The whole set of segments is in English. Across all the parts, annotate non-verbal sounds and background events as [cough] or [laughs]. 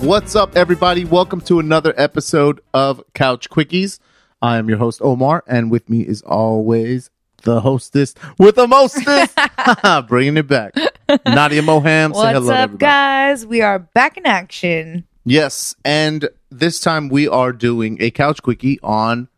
What's up, everybody? Welcome to another episode of Couch Quickies. I am your host, Omar, and with me is always the hostess with the [laughs] mostest. [laughs] Bringing it back. Nadia Moham, say What's hello to up, everybody. guys? We are back in action. Yes, and this time we are doing a Couch Quickie on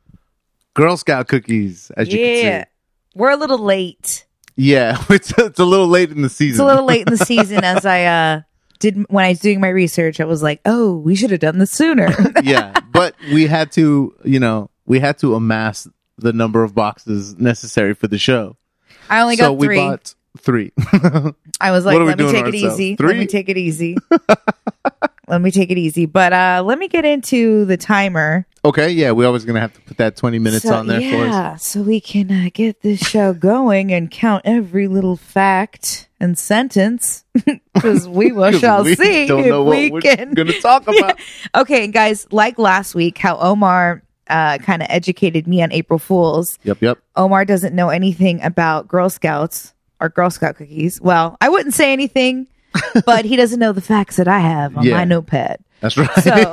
Girl Scout cookies, as you yeah. can We're a little late. see. Yeah, [laughs] it's, it's a little late in the season. It's a little late in the season as I uh did when I was doing my research, I was like, "Oh, we should have done [laughs] this sooner." yeah, but we had to, you know, we had to amass the number of boxes necessary for the show. I only so got we 3. bought three. [laughs] I was like, What are we "Let me doing take to it ourselves? easy. Let Three? me take it [laughs] easy." let me take it easy. But uh let me get into the timer. okay, yeah, we're always gonna have to put that twenty minutes so, on there for us. yeah, so we can uh, get this show going and count every little fact and sentence [laughs] because we [laughs] [laughs] will 'Cause shall we see don't if know what we we're can gonna [laughs] talk about. Okay, guys, like last week, how Omar uh, kind of educated me on April Fools. Yep, yep. Omar doesn't know anything about Girl Scouts or Girl Scout cookies. Well, I wouldn't [laughs] say anything, but he doesn't know the facts that I have on Yeah. [laughs] my notepad. That's right. So-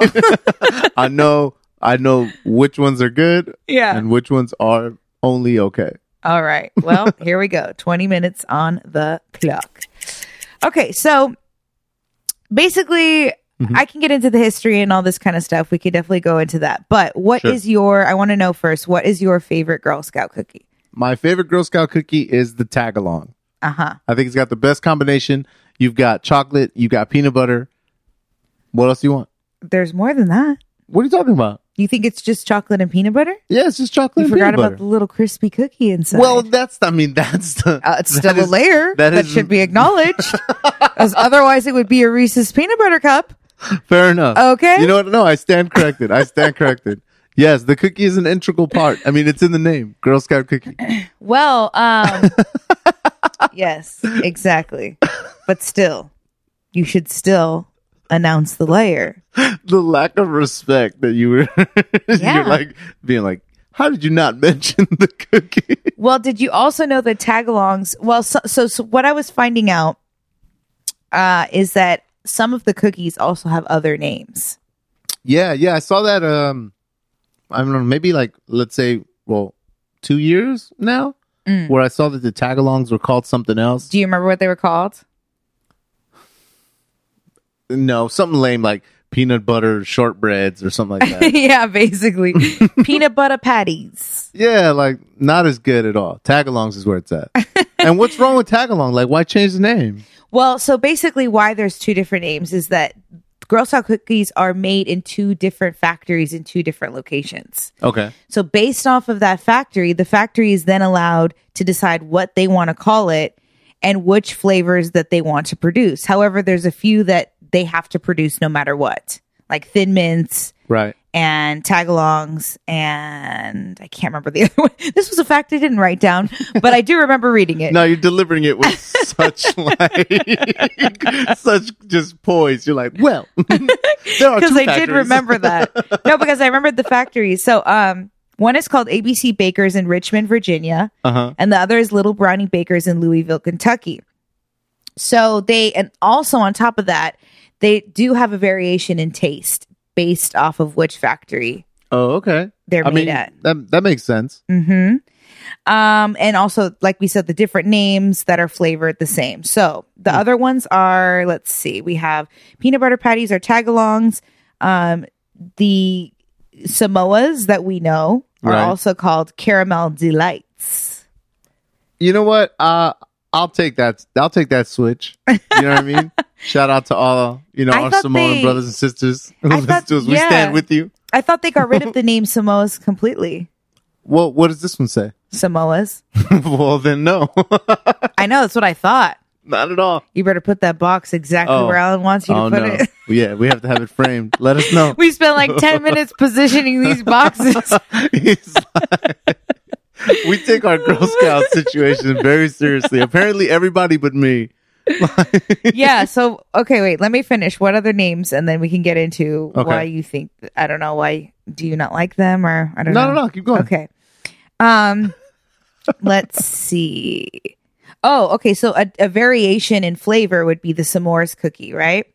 I know I know which ones are good Yeah. and which ones are only okay. [laughs] All right. Well, here we go. 20 minutes on the clock. Okay. So basically, Mhm. I can get into the history and all this kind of stuff. We could definitely go into that. But what is Sure. your, I want to know first, what is your favorite Girl Scout cookie? My favorite Girl Scout cookie is the tag along. Uh huh. I think it's got the best combination. You've got chocolate, you got peanut butter. What else do you want? There's more than that. What are you talking about? You think it's just chocolate and peanut butter? Yeah, it's just You chocolate and forgot peanut about butter. the little crispy cookie inside. well, that's I mean [laughs] that's the uh, it's that still a is- layer that that, is- should be [laughs] acknowledged, as otherwise it would be a Reese's peanut butter cup. Fair enough. Okay. You know what? No, I stand corrected. I [laughs] stand corrected. Yes, the cookie is an integral part. I mean, it's in the name, Girl Scout [laughs] cookie. Well, um, [laughs] yes, exactly. But still, you should still announce the layer. The lack of respect that you were, [laughs] Yeah. you're like being like, how did you not [laughs] mention the cookie? Well, did you also know that tagalongs? Well, so, so, so what I was finding out uh, is that some of the cookies also have other names. Yeah, yeah, I saw that. Um, I don't know, maybe like let's say, well, two years now, Mm. where I saw that the tagalongs were called something else. Do you remember what they were called? No, something lame like peanut butter shortbreads or something like that. [laughs] yeah, basically peanut butter patties. yeah, like not as good at all. Tagalongs is where it's [laughs] at. and what's wrong with tagalong? Like, why change the name? Well, so basically, why there's two different names is that Girl Scout cookies are made in two different factories in two different locations. Okay, So, based off of that factory, the factory is then allowed to decide what they want to call it and which flavors that they want to produce. However, there's a few that they have to produce no matter what, like Thin Mints right. and Tagalongs, and I can't remember the [laughs] other one. This was a fact I didn't write down, but I do remember reading it. [laughs] No, you're delivering it [laughs] with such like [laughs] such just poise. You're like, well, [laughs] there [laughs] are because two I did factories. remember that. [laughs] No, because I remembered the factories. So, um, one is called ABC Bakers in Richmond, Virginia, Uh-huh. and the other is Little Brownie Bakers in Louisville, Kentucky. So they, and also on top of that, they do have a variation in taste based off of which factory Oh, okay. they're I made mean, at. that that makes sense. Mm-hmm. Um, and also, like we said, the different names that are flavored the same. So the Mm. other ones are, let's see, we have peanut butter patties or tagalongs. Um, the Samoas that we know are Right. also called caramel delights. you know what? Uh, I'll take that. I'll take that switch. You know what I [laughs] mean? Shout out to all you know I our thought Samoan they- brothers and sisters [laughs] who I listen thought- to us. We yeah. stand with you. I thought they got rid [laughs] of the name Samoas completely. Well, what does this one say? [laughs] Samoas. well, then no, I know that's what I thought. not at all. You better put that box exactly Oh. where Alan wants you to Oh put no, it. [laughs] yeah, we have to have it framed. Let us know. We spent like ten minutes positioning [laughs] these boxes. It's like- we take our Girl Scout situation very seriously. Apparently, everybody but me. yeah. So okay, wait. Let me finish. What other names, and then we can get into Okay. why you think I don't know why do you not like them or I don't No, know. no, no. Keep going. Okay. Um, let's see. Oh, okay. So a, a variation in flavor would be the s'mores cookie, right?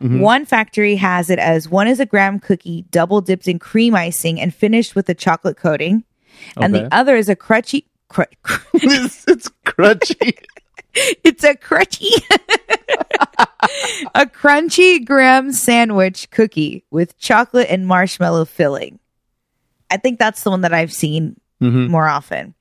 Mhm. One factory has it as one is a graham cookie double dipped in cream icing and finished with a chocolate coating, and Okay. the other is a crunchy. Cr- cr- [laughs] it's, it's [laughs] crunchy. it's a crunchy, [laughs] a crunchy graham sandwich cookie with chocolate and marshmallow filling. I think that's the one that I've seen hmm more often.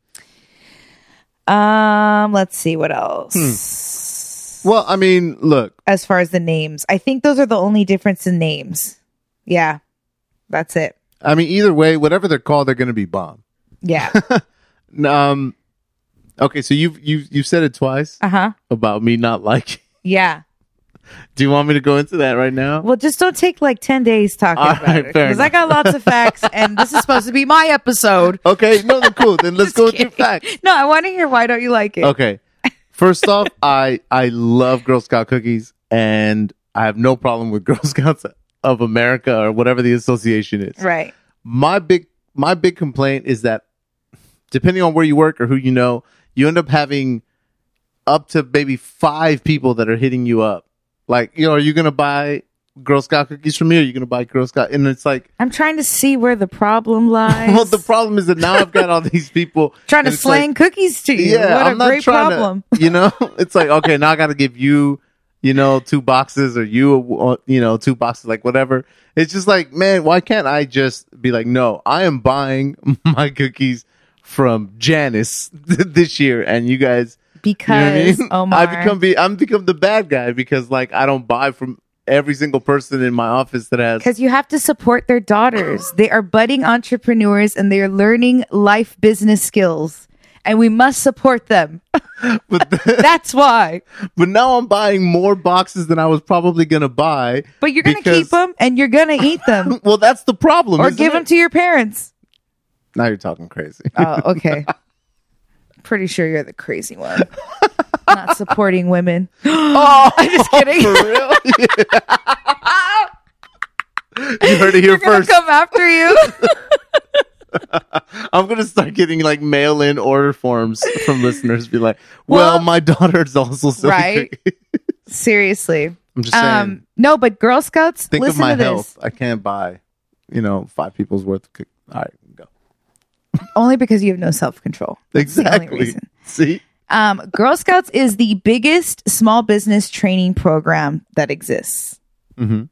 Um, let's see what else. Well, I mean, look, As far as the names, I think those are the only difference in names. Yeah, that's it. I mean, either way, whatever they're called, they're going to be bomb. [laughs] Yeah. Um, okay, so you've you've you've said it twice uh huh. about me not liking. Yeah. Do you want me to go into that right now? Well, just don't take like ten days talking All about right, it fair because I got lots of facts, and this is supposed to be my episode. Okay, no, then cool. [laughs] Then let's Just go kidding. into facts. [laughs] No, I want to hear why don't you like [laughs] it? Okay, first off, I I love Girl Scout cookies, and I have no problem with [laughs] Girl Scouts of America or whatever the association is. Right. my big my big complaint is that depending on where you work or who you know, you end up having up to maybe five people that are hitting you up. Like, you know, are you gonna buy Girl Scout cookies from me? Or are you gonna buy Girl Scout? And it's like, I'm trying to see where the problem lies. [laughs] well, the problem is that now I've got all these people [laughs] trying to and it's like, slang cookies to you. yeah, what a I'm not great trying problem. to. [laughs] You [laughs] know, it's like okay, now I got to give you, you know, two boxes or you, uh, you know, two boxes, like whatever. It's just like, man, why can't I just be like, no, I am buying [laughs] my cookies from Janice [laughs] this year, and you guys, you know what I because [laughs] oh mean? Omar, I become be, I'm become the bad guy because like I don't buy from every single person in my office that has. because you have to support their daughters. they are budding entrepreneurs and they are learning life business skills, and we must [laughs] support them. [laughs] But, [laughs] That's why. but now I'm buying more boxes than I was probably gonna buy. But you're gonna keep 'em Because- keep them and you're gonna eat [laughs] them Well, that's the problem. or isn't give them it? to your parents. Now you're talking crazy. [laughs] Oh, okay. [laughs] Pretty sure you're the [laughs] crazy one. Not supporting women. [laughs] Oh, [laughs] I'm just kidding. For [laughs] real? you heard it here They're [laughs] gonna first. come after you. I'm gonna start getting like mail-in order forms from listeners. Be like, well, Well- my daughter's also silly Right. cookie." [laughs] Seriously. [laughs] I'm just saying. Um, no, but Girl Scouts, think listen of my to this. health. I can't buy, you know, five people's worth. Of cook- All right, go. Only because you have no self control. the only Exactly. reason. See, Um, Girl Scouts is the biggest small business training program that exists. Mhm.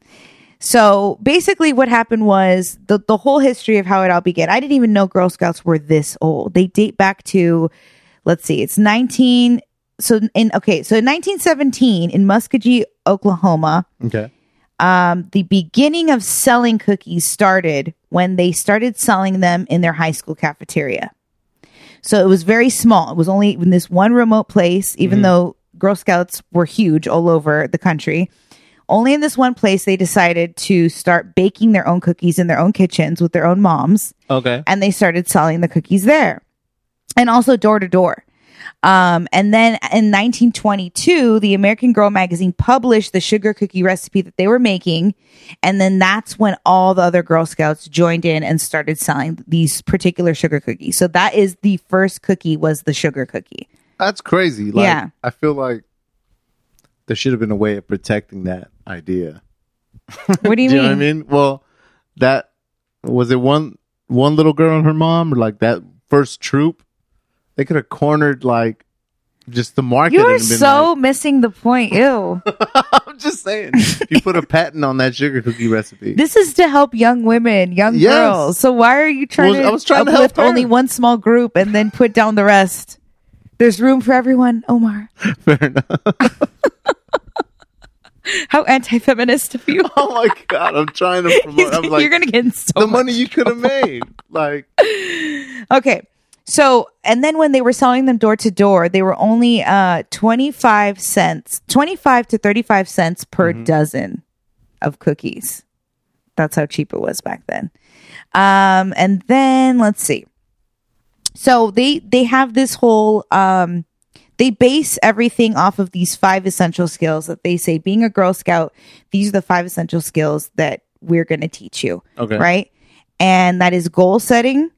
So basically, what happened was the, the whole history of how it all began. I didn't even know Girl Scouts were this old. They date back to, let's see, it's 19. So, in okay, so in 1917 in Muskogee, Oklahoma, okay, um, the beginning of selling cookies started when they started selling them in their high school cafeteria. So it was very small. It was only in this one remote place, even though Girl Scouts were huge all over the country. Only in this one place, they decided to start baking their own cookies in their own kitchens with their own moms okay, and they started selling the cookies there and also door to door. Um, and then in 1922, the American Girl magazine published the sugar cookie recipe that they were making. And then that's when all the other Girl Scouts joined in and started selling these particular sugar cookies. So that is the first cookie was the sugar cookie. that's crazy. Like, Yeah. I feel like there should have been a way of protecting that idea. What [laughs] do you Do you mean? know what I mean? Well, that was it. One one little girl and her mom, or like that first troop. They could have cornered like just the market. You and are been so missing the point. Ew. like- [laughs] I'm just saying. If you put a patent on that sugar cookie recipe, [laughs] this is to help young women, young Yes. girls. So why are you trying Was- to I was trying to help uplift her. only one small group and then put down the rest? There's room for everyone, Omar. fair enough. [laughs] How anti-feminist of you! oh my god, I'm trying [laughs] to promote. I'm like You're gonna Oh get in so the much money you could have made. [laughs] Like Okay. So, and then when they were selling them door to door, they were only uh 25 cents, 25 to 35 cents per dozen of cookies. That's how cheap it was back then. Um and then let's see. So they they have this whole um they base everything off of these five essential skills that they say being a girl scout, these are the five essential skills that we're going to teach you okay, right? And that is goal setting,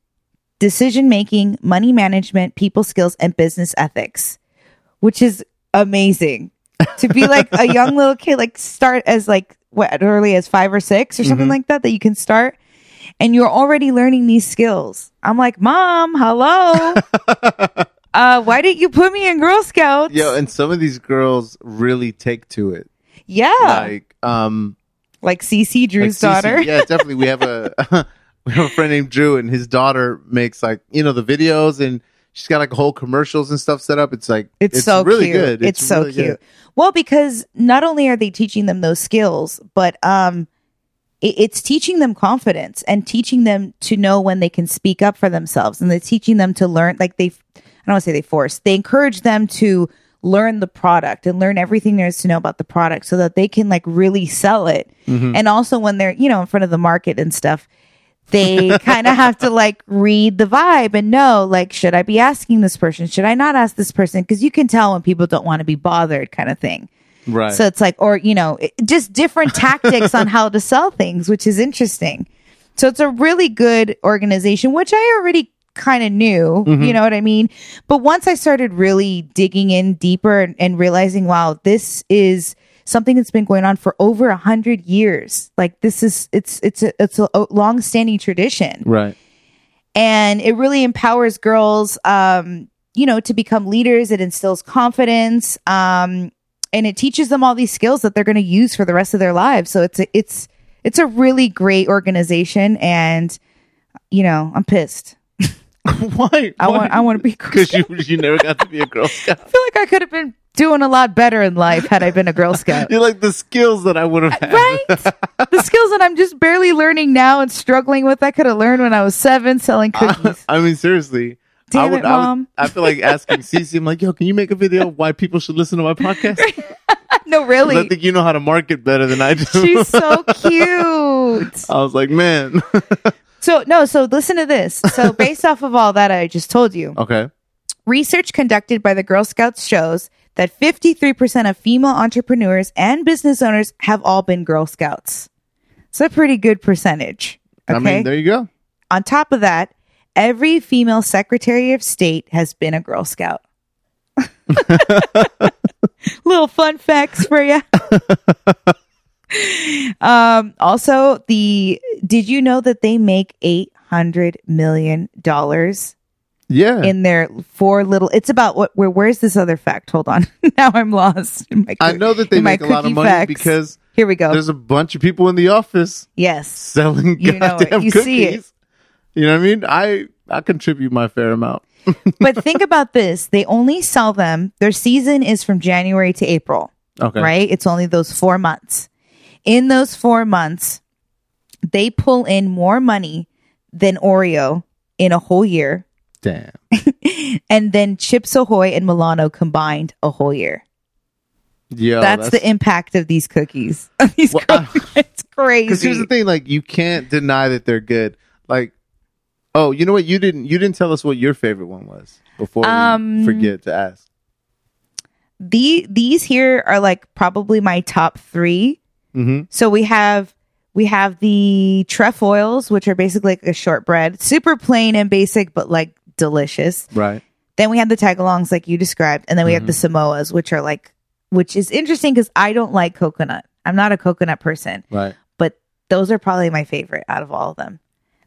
decision making, money management, people skills, and business ethics, [laughs] which is amazing to be like a young little kid, like start as like what early as five or six or something Mhm. like that that you can start, and you're already learning these skills. I'm like, [laughs] Mom, hello. uh, why didn't you put me in Girl Scouts? Yo, and some of these girls really take to it. yeah, like, Like, um, CC like Drew's Cece- daughter. yeah, definitely. We have [laughs] a [laughs] we have a friend named Drew, and his daughter makes like you know the videos, and she's got like whole commercials and stuff set up. It's like It's, so really cute. good. It's, so really cute. good. Well, because not only are they teaching them those skills, but um it, it's teaching them confidence and teaching them to know when they can speak up for themselves and they're teaching them to learn like they I don't want to say they force. They encourage them to learn the product and learn everything there is to know about the product so that they can like really sell it. Mm-hmm. And also when they're, you know, in front of the market and stuff, they kind of have to like read the vibe and know like should i be asking this person should i not ask this person because you can tell when people don't want to be bothered kind of thing Right. so it's like or you know it- just different tactics on how to sell things which is interesting so it's a really good organization which i already kind of knew you know what i mean but once i started really digging in deeper and, and realizing wow this is something that's been going on for over a hundred years like this is it's it's a, it's a long-standing tradition right. and it really empowers girls um you know to become leaders it instills confidence um and it teaches them all these skills that they're going to use for the rest of their lives so it's a, it's it's a really great organization and you know i'm pissed [laughs] Why? i want [laughs] i want to be because because you you never got to be a Girl [laughs] Scout. i feel like i could have been doing a lot better in life had i been a girl [laughs] scout You're like the skills that I would have had. [laughs] right the skills that i'm just barely learning now and struggling with i could have learned when i was seven selling cookies [laughs] I mean, seriously. I damn would, it I would- mom [laughs] I feel like asking [laughs] Cece. I'm like, yo, can you make a video why people should listen to my podcast? 'Cause no I really think you know how to market better than I do. She's so cute. [laughs] I was like, [laughs] man. So, no, so listen to this. [laughs] So, based off of all that I just told you, okay. research conducted by the Girl Scouts shows that 53% of female entrepreneurs and business owners have all been Girl Scouts. It's a pretty good percentage. Okay. I mean, there you go. On top of that, every female Secretary of State has been a Girl Scout. [laughs] Little fun facts for you. [laughs] um, also, the did you know that they make eight hundred million dollars Yeah. in their four little? It's about what? Where? Where's this other fact? Hold on. [laughs] now I'm lost. In my I know that they in my make a lot of cookie money facts. Oh. because Here we go. there's a bunch of people in the office [laughs] Yes. selling You know it. goddamn You cookies. see it. You know what I mean? I I contribute my fair amount. but think about this they only sell them their season is from january to april Okay. right it's only those four months in those four months they pull in more money than oreo in a whole year [laughs] Damn. and then chips ahoy and milano combined a whole year Yeah. that's, the impact of these cookies [laughs] of these Well, [laughs] cookies. it's Because crazy here's the thing, like you can't deny that they're good. Like, oh, you know what? You didn't you didn't tell us what your favorite one was before we Um, forget to ask. the these here are like probably my top three Mm-hmm. So we have we have the trefoils, which are basically like a shortbread, super plain and basic, but like delicious. Right. Then we have the tagalongs, like you described, and then we have Mhm. the samoas, which are like, which is interesting because I don't like coconut. I'm not a coconut person. Right. Those are probably my favorite out of all of them.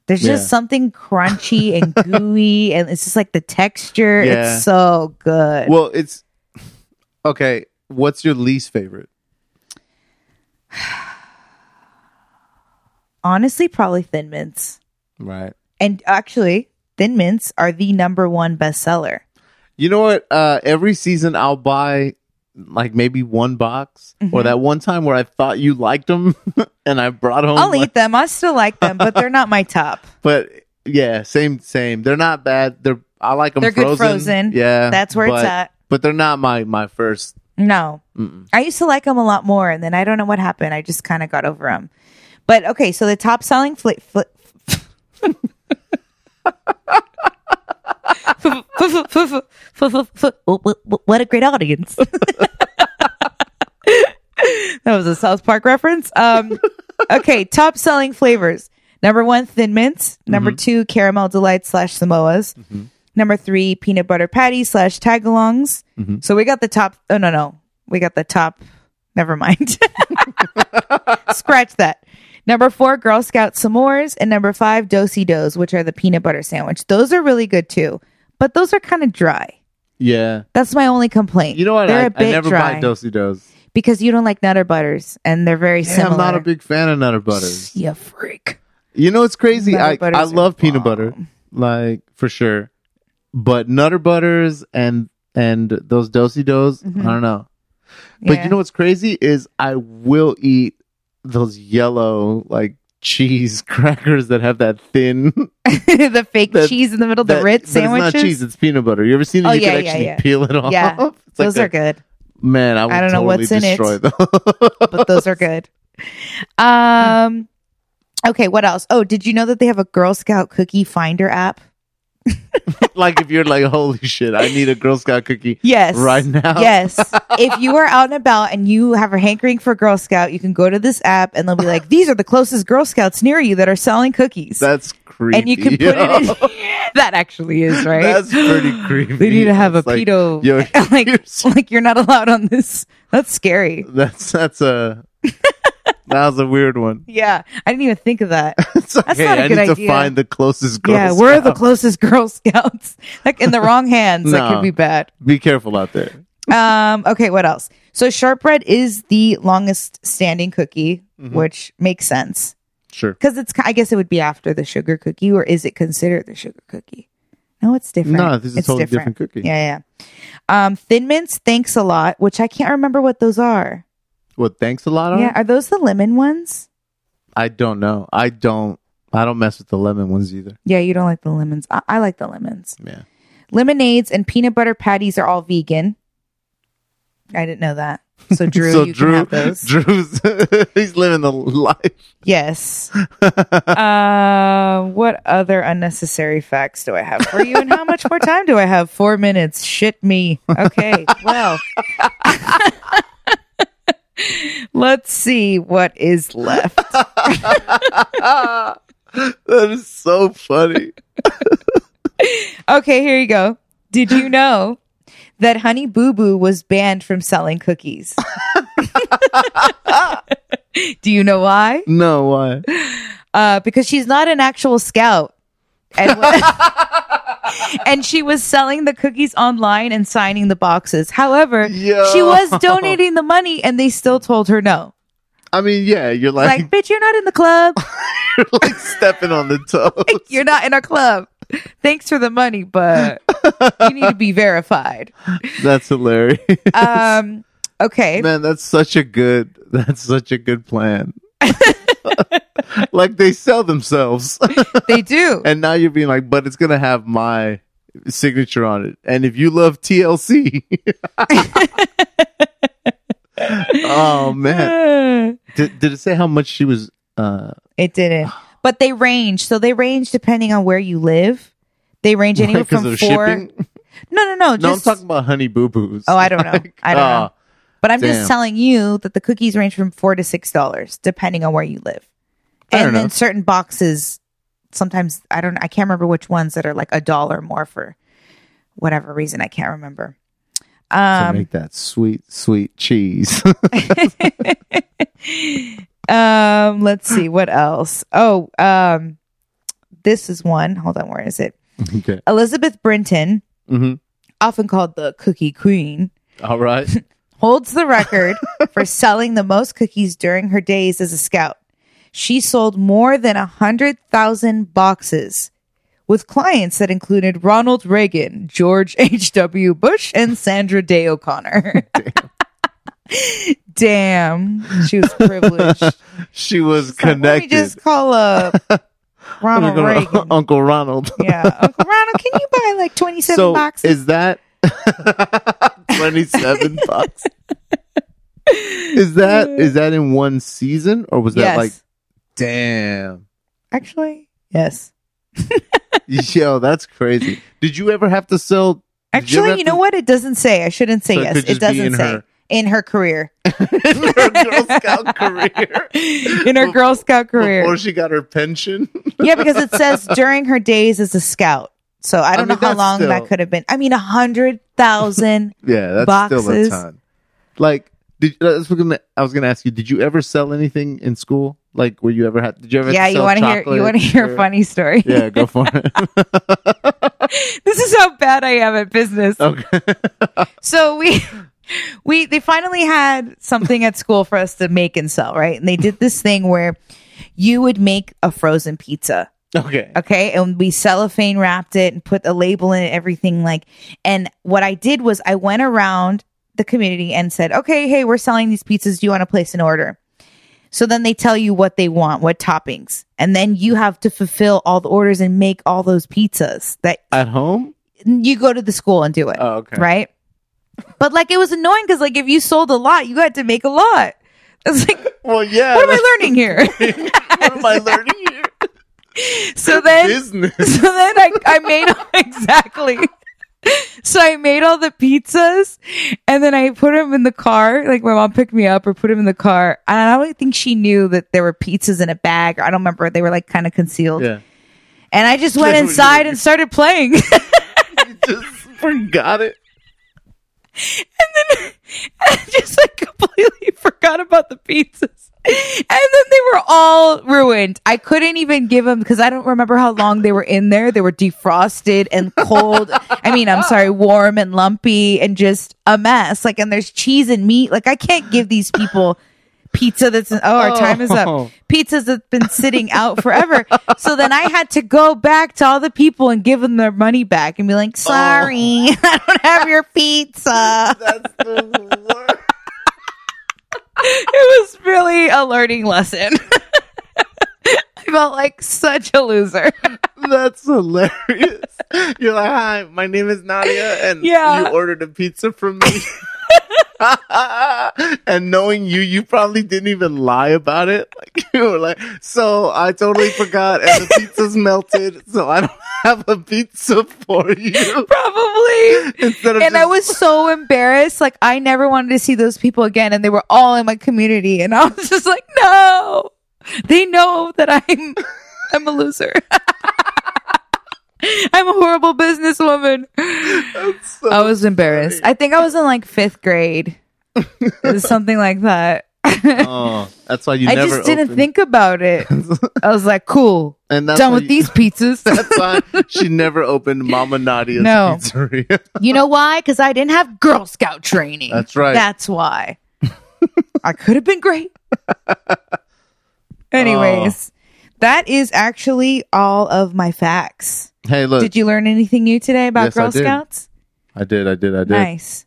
There's just Yeah. something [laughs] crunchy and gooey, and it's just like the texture. Yeah. It's so good. Well, it's okay. What's your least favorite? Honestly, probably thin mints. Right. And actually, thin mints are the number one bestseller. You know what? Uh, every season I'll buy like maybe one box, or Mhm. that one time where I thought you liked them, [laughs] and I brought home. I'll like- eat them. I still like them, but they're not my top. but yeah, same, same. They're not bad. They're I like them. They're good frozen. Yeah, That's where but- it's at. But they're not my my first. No, Mm-mm. I used to like them a lot more, and then I don't know what happened. I just kind of got over them. But okay, so the top selling fli fli- [laughs] what a great audience. [laughs] that was a South Park reference. Um, okay, top selling flavors. Number one, Thin Mints. Number two, Caramel Delight slash Samoas. Number three, Peanut Butter Patty slash Tagalongs. So we got the top. Oh, no, no. We got the top. Never mind. [laughs] Scratch that. Number four, Girl Scout s'mores, and number five, Dosey Do's, which are the peanut butter sandwich. Those are really good too, but those are kind of dry. Yeah. That's my only complaint. You know what? They're I, a bit I never dry buy Dosey Do's. because you don't like Nutter Butters, and they're very Yeah, similar. I'm not a big fan of Nutter Butters. You freak. You know it's crazy. Nutter I, Butters I are love peanut bomb. butter, like for sure. But Nutter Butters and and those Dosey Do's, Mm-hmm. I don't know. But Yeah. you know what's crazy is I will eat those yellow like cheese [laughs] crackers that have that thin [laughs] the fake that- cheese in the [laughs] middle, that, Oh, the but Ritz It's sandwiches. not cheese; it's peanut butter. You ever seen it? Oh, you yeah, could yeah, actually yeah. peel it off. [laughs] Yeah. It's like those a- are good, man. I, would I don't know totally what's in it. destroy Those. but those are good. Um, okay, what else? Oh, did you know that they have a Girl Scout cookie finder app? [laughs] like if you're like, holy shit, I need a Girl Scout cookie Yes, right now. [laughs] Yes. if you are out and about and you have a hankering for Girl Scout, you can go to this app and they'll be like, these are the closest Girl Scouts near you that are selling cookies. that's creepy. and you can put yo. [laughs] it in. [laughs] that actually is, right? That's pretty creepy. they need to have a It's like, pedo. yo, [laughs] like, like, you're not allowed on this. [laughs] That's scary. that's that's [laughs] a that was a weird one. [laughs] Yeah. I didn't even think of that. It's okay. not a I good need to idea. find the closest Girl yeah. We're the Scout. closest [laughs] Girl Scouts. [laughs] Like, in the wrong hands, that No. could be bad. Be careful out there. um okay what else so shortbread is the longest standing cookie Mhm. which makes sense Sure. because it's i guess it would be after the sugar cookie or is it considered the sugar cookie no it's different No, this is a It's totally different, cookie. yeah yeah um thin mints thanks a lot which i can't remember what those are Well, thanks a lot. Ari. yeah are those the lemon ones I don't know. I don't. I don't mess with the lemon ones either. yeah you don't like the lemons i, I like the lemons Yeah. lemonades and peanut butter patties are all vegan i didn't know that [laughs] so drew so you Drew, can have those [laughs] Drew's he's living the life. Yes. [laughs] uh, what other unnecessary facts do I have for you? And how much more time do I have? Four minutes. Shit me. Okay. Well, [laughs] let's see what is left. That is so funny. Okay, here you go. Did you know [laughs] that Honey Boo Boo was banned from selling cookies? [laughs] do you know why? No, why? uh, because she's not an actual scout. And, wa- [laughs] and she was selling the cookies online and signing the boxes. However, Yo. she was donating the money and they still told her no. I mean, yeah, you're like, Like, bitch, you're not in the club. [laughs] you're like stepping on the toes. [laughs] You're not in our club. Thanks for the money, but you need to be verified. That's hilarious, Um, okay. man. That's such a good. That's such a good [laughs] plan. like they sell [laughs] themselves, [laughs] They do. and now you're being like, but it's gonna have my signature on it. And if you love TLC, [laughs] [laughs] oh man. Did, did it say how much she was? Uh, It didn't. But they range. So they range depending on where you live. They range anywhere because from of four. shipping? No, no, no. Just, No, I'm talking about honey ah. boo boos. Oh, I don't know. I don't know. But I'm Damn. just telling you that the cookies range from four to six dollars, depending on where you live. Fair and then enough. certain boxes, sometimes I don't, I can't remember which ones that are like a dollar more for whatever reason. I can't remember. To Um, make that sweet, sweet cheese. [laughs] um, let's see what else. Oh, um, this is one. Hold on, where is it? okay. Elizabeth Brinton, hmm often called the Cookie Queen, All [laughs] right. holds [laughs] the record for selling the most cookies during her days as a scout. She sold more than 100,000 boxes with clients that included Ronald Reagan, George [laughs] H.W. Bush, and Sandra [laughs] Day O'Connor. Damn. She [laughs] was privileged. She was It's like, Let me connected. just [laughs] call up Ronald Uncle- Reagan. [laughs] Uncle Ronald. yeah. Uncle Ronald, can you buy like 27 so boxes? is that [laughs] [laughs] 27 bucks? Is that is that in one season or was that yes. like damn? Actually, yes. Yo, that's crazy. Did you ever have to sell? did Actually, ever you, know have what? It doesn't say. I shouldn't say So it yes. could It, just be doesn't in say her- in [laughs] her career. to- in her Girl Scout career? in her Bef- Girl Scout Before career. she got her [laughs] pension? yeah, because it [laughs] says during her days as a scout. So I don't mean, know how that's long still- [laughs] that could have been. I mean, a hundred thousand. Yeah, that's still a Boxes. ton. Like Did that's what I'm gonna- I was going to ask you? Did you ever sell anything in school? Like, were you ever had? Did you ever? yeah, have to you want to hear you want to hear a funny story. [laughs] Yeah, go for it. [laughs] this is how bad I am at business. okay. So we [laughs] we they finally had something at school for us to make and sell, right? And they did this thing where you would make a frozen pizza. Okay. Okay. And we cellophane wrapped it and put a label in it, everything like. And what I did was I went around the community and said, okay, hey, we're selling these pizzas. Do you want to place an order? So then they tell you what they want, what toppings. And then you have to fulfill all the orders and make all those pizzas that At home? you go to the school and do it. Oh, okay. Right. But like it was annoying because like if you sold a lot, you had to make a lot. [laughs] It's like, Well, yeah. what am that's- I [laughs] learning here? what am [laughs] I learning here? so then Business. [laughs] so then I, I made [laughs] exactly. So I made all the pizzas and then I put them in the car. Like my mom picked me up or put them in the car. And I don't think she knew that there were pizzas in a bag. I don't remember. They were like kind of concealed. Yeah. And I just went Yeah, inside and started [laughs] playing. [laughs] You just forgot it. I [laughs] just like completely [laughs] forgot about the pizzas. And then they were all ruined. I couldn't even give them because I don't remember how long they were in there. They were defrosted and cold. I mean, I'm sorry, warm and lumpy and just a mess. Like, and there's cheese and meat. Like, I can't give these people pizza that's in, oh, our time is Oh. up. Pizzas that's been sitting out forever. so then I had to go back to all the people and give them their money back and be like, sorry, [laughs] I don't have your pizza [laughs] That's the worst. it was really a learning lesson. [laughs] I felt like such a loser. [laughs] That's hilarious. You're like, hi, my name is Nadia, and Yeah. you ordered a pizza from me. [laughs] and knowing you, you probably didn't even lie about it. Like [laughs] you were like, so I totally forgot, and the pizza's melted, so I don't have a pizza for you. [laughs] Probably. Instead of And I just- was so embarrassed. Like I never wanted to see those people again and they were all in my community and I was just like, "No. They know that I'm [laughs] I'm a loser." [laughs] I'm a horrible businesswoman. [laughs] That's so- I was embarrassed. I think I was in like 5th grade. It was something like that. [laughs] [laughs] Oh, that's why you I never just didn't opened- think [laughs] about it. I was like, cool. and that's done why with you- these [laughs] pizzas. That's why she never opened Mama Nadia's No. pizzeria. [laughs] you know why? Because I didn't have Girl Scout training. That's right. [laughs] That's why. I could have been great. Anyways, Oh. that is actually all of my facts. hey, look, Did you learn anything new today about Yes, I Girl did. Scouts? I did, I did, I did. Nice.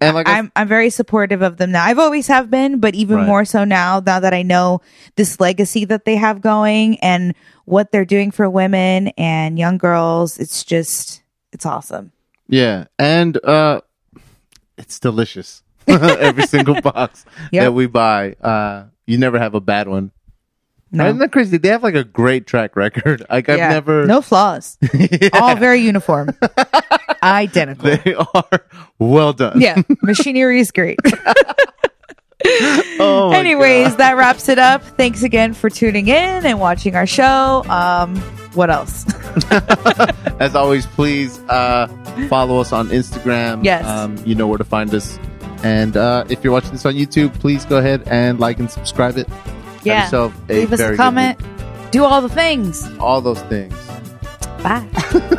And like I I'm I'm very supportive of them now. I've always have been, but even Right. more so now. Now that I know this legacy that they have going and what they're doing for women and young girls, it's just it's awesome. Yeah, and uh, it's delicious. [laughs] [laughs] Every single box Yep. that we buy, uh, you never have a bad one. No. Isn't that crazy? They have like a great track record. [laughs] Like I've Yeah. never. no [laughs] flaws. Yeah. All very uniform, identical. [laughs] they are well done. yeah, machinery is great. [laughs] Oh my Anyways, God. that wraps it up. Thanks again for tuning in and watching our show. Um, what else? as always, please uh, follow us on Instagram. Yes. um, you know where to find us. And uh, if you're watching this on YouTube, please go ahead and like and subscribe it. Have Yeah. yourself a Leave us very a good comment. Do all the things. week. All those things. Bye.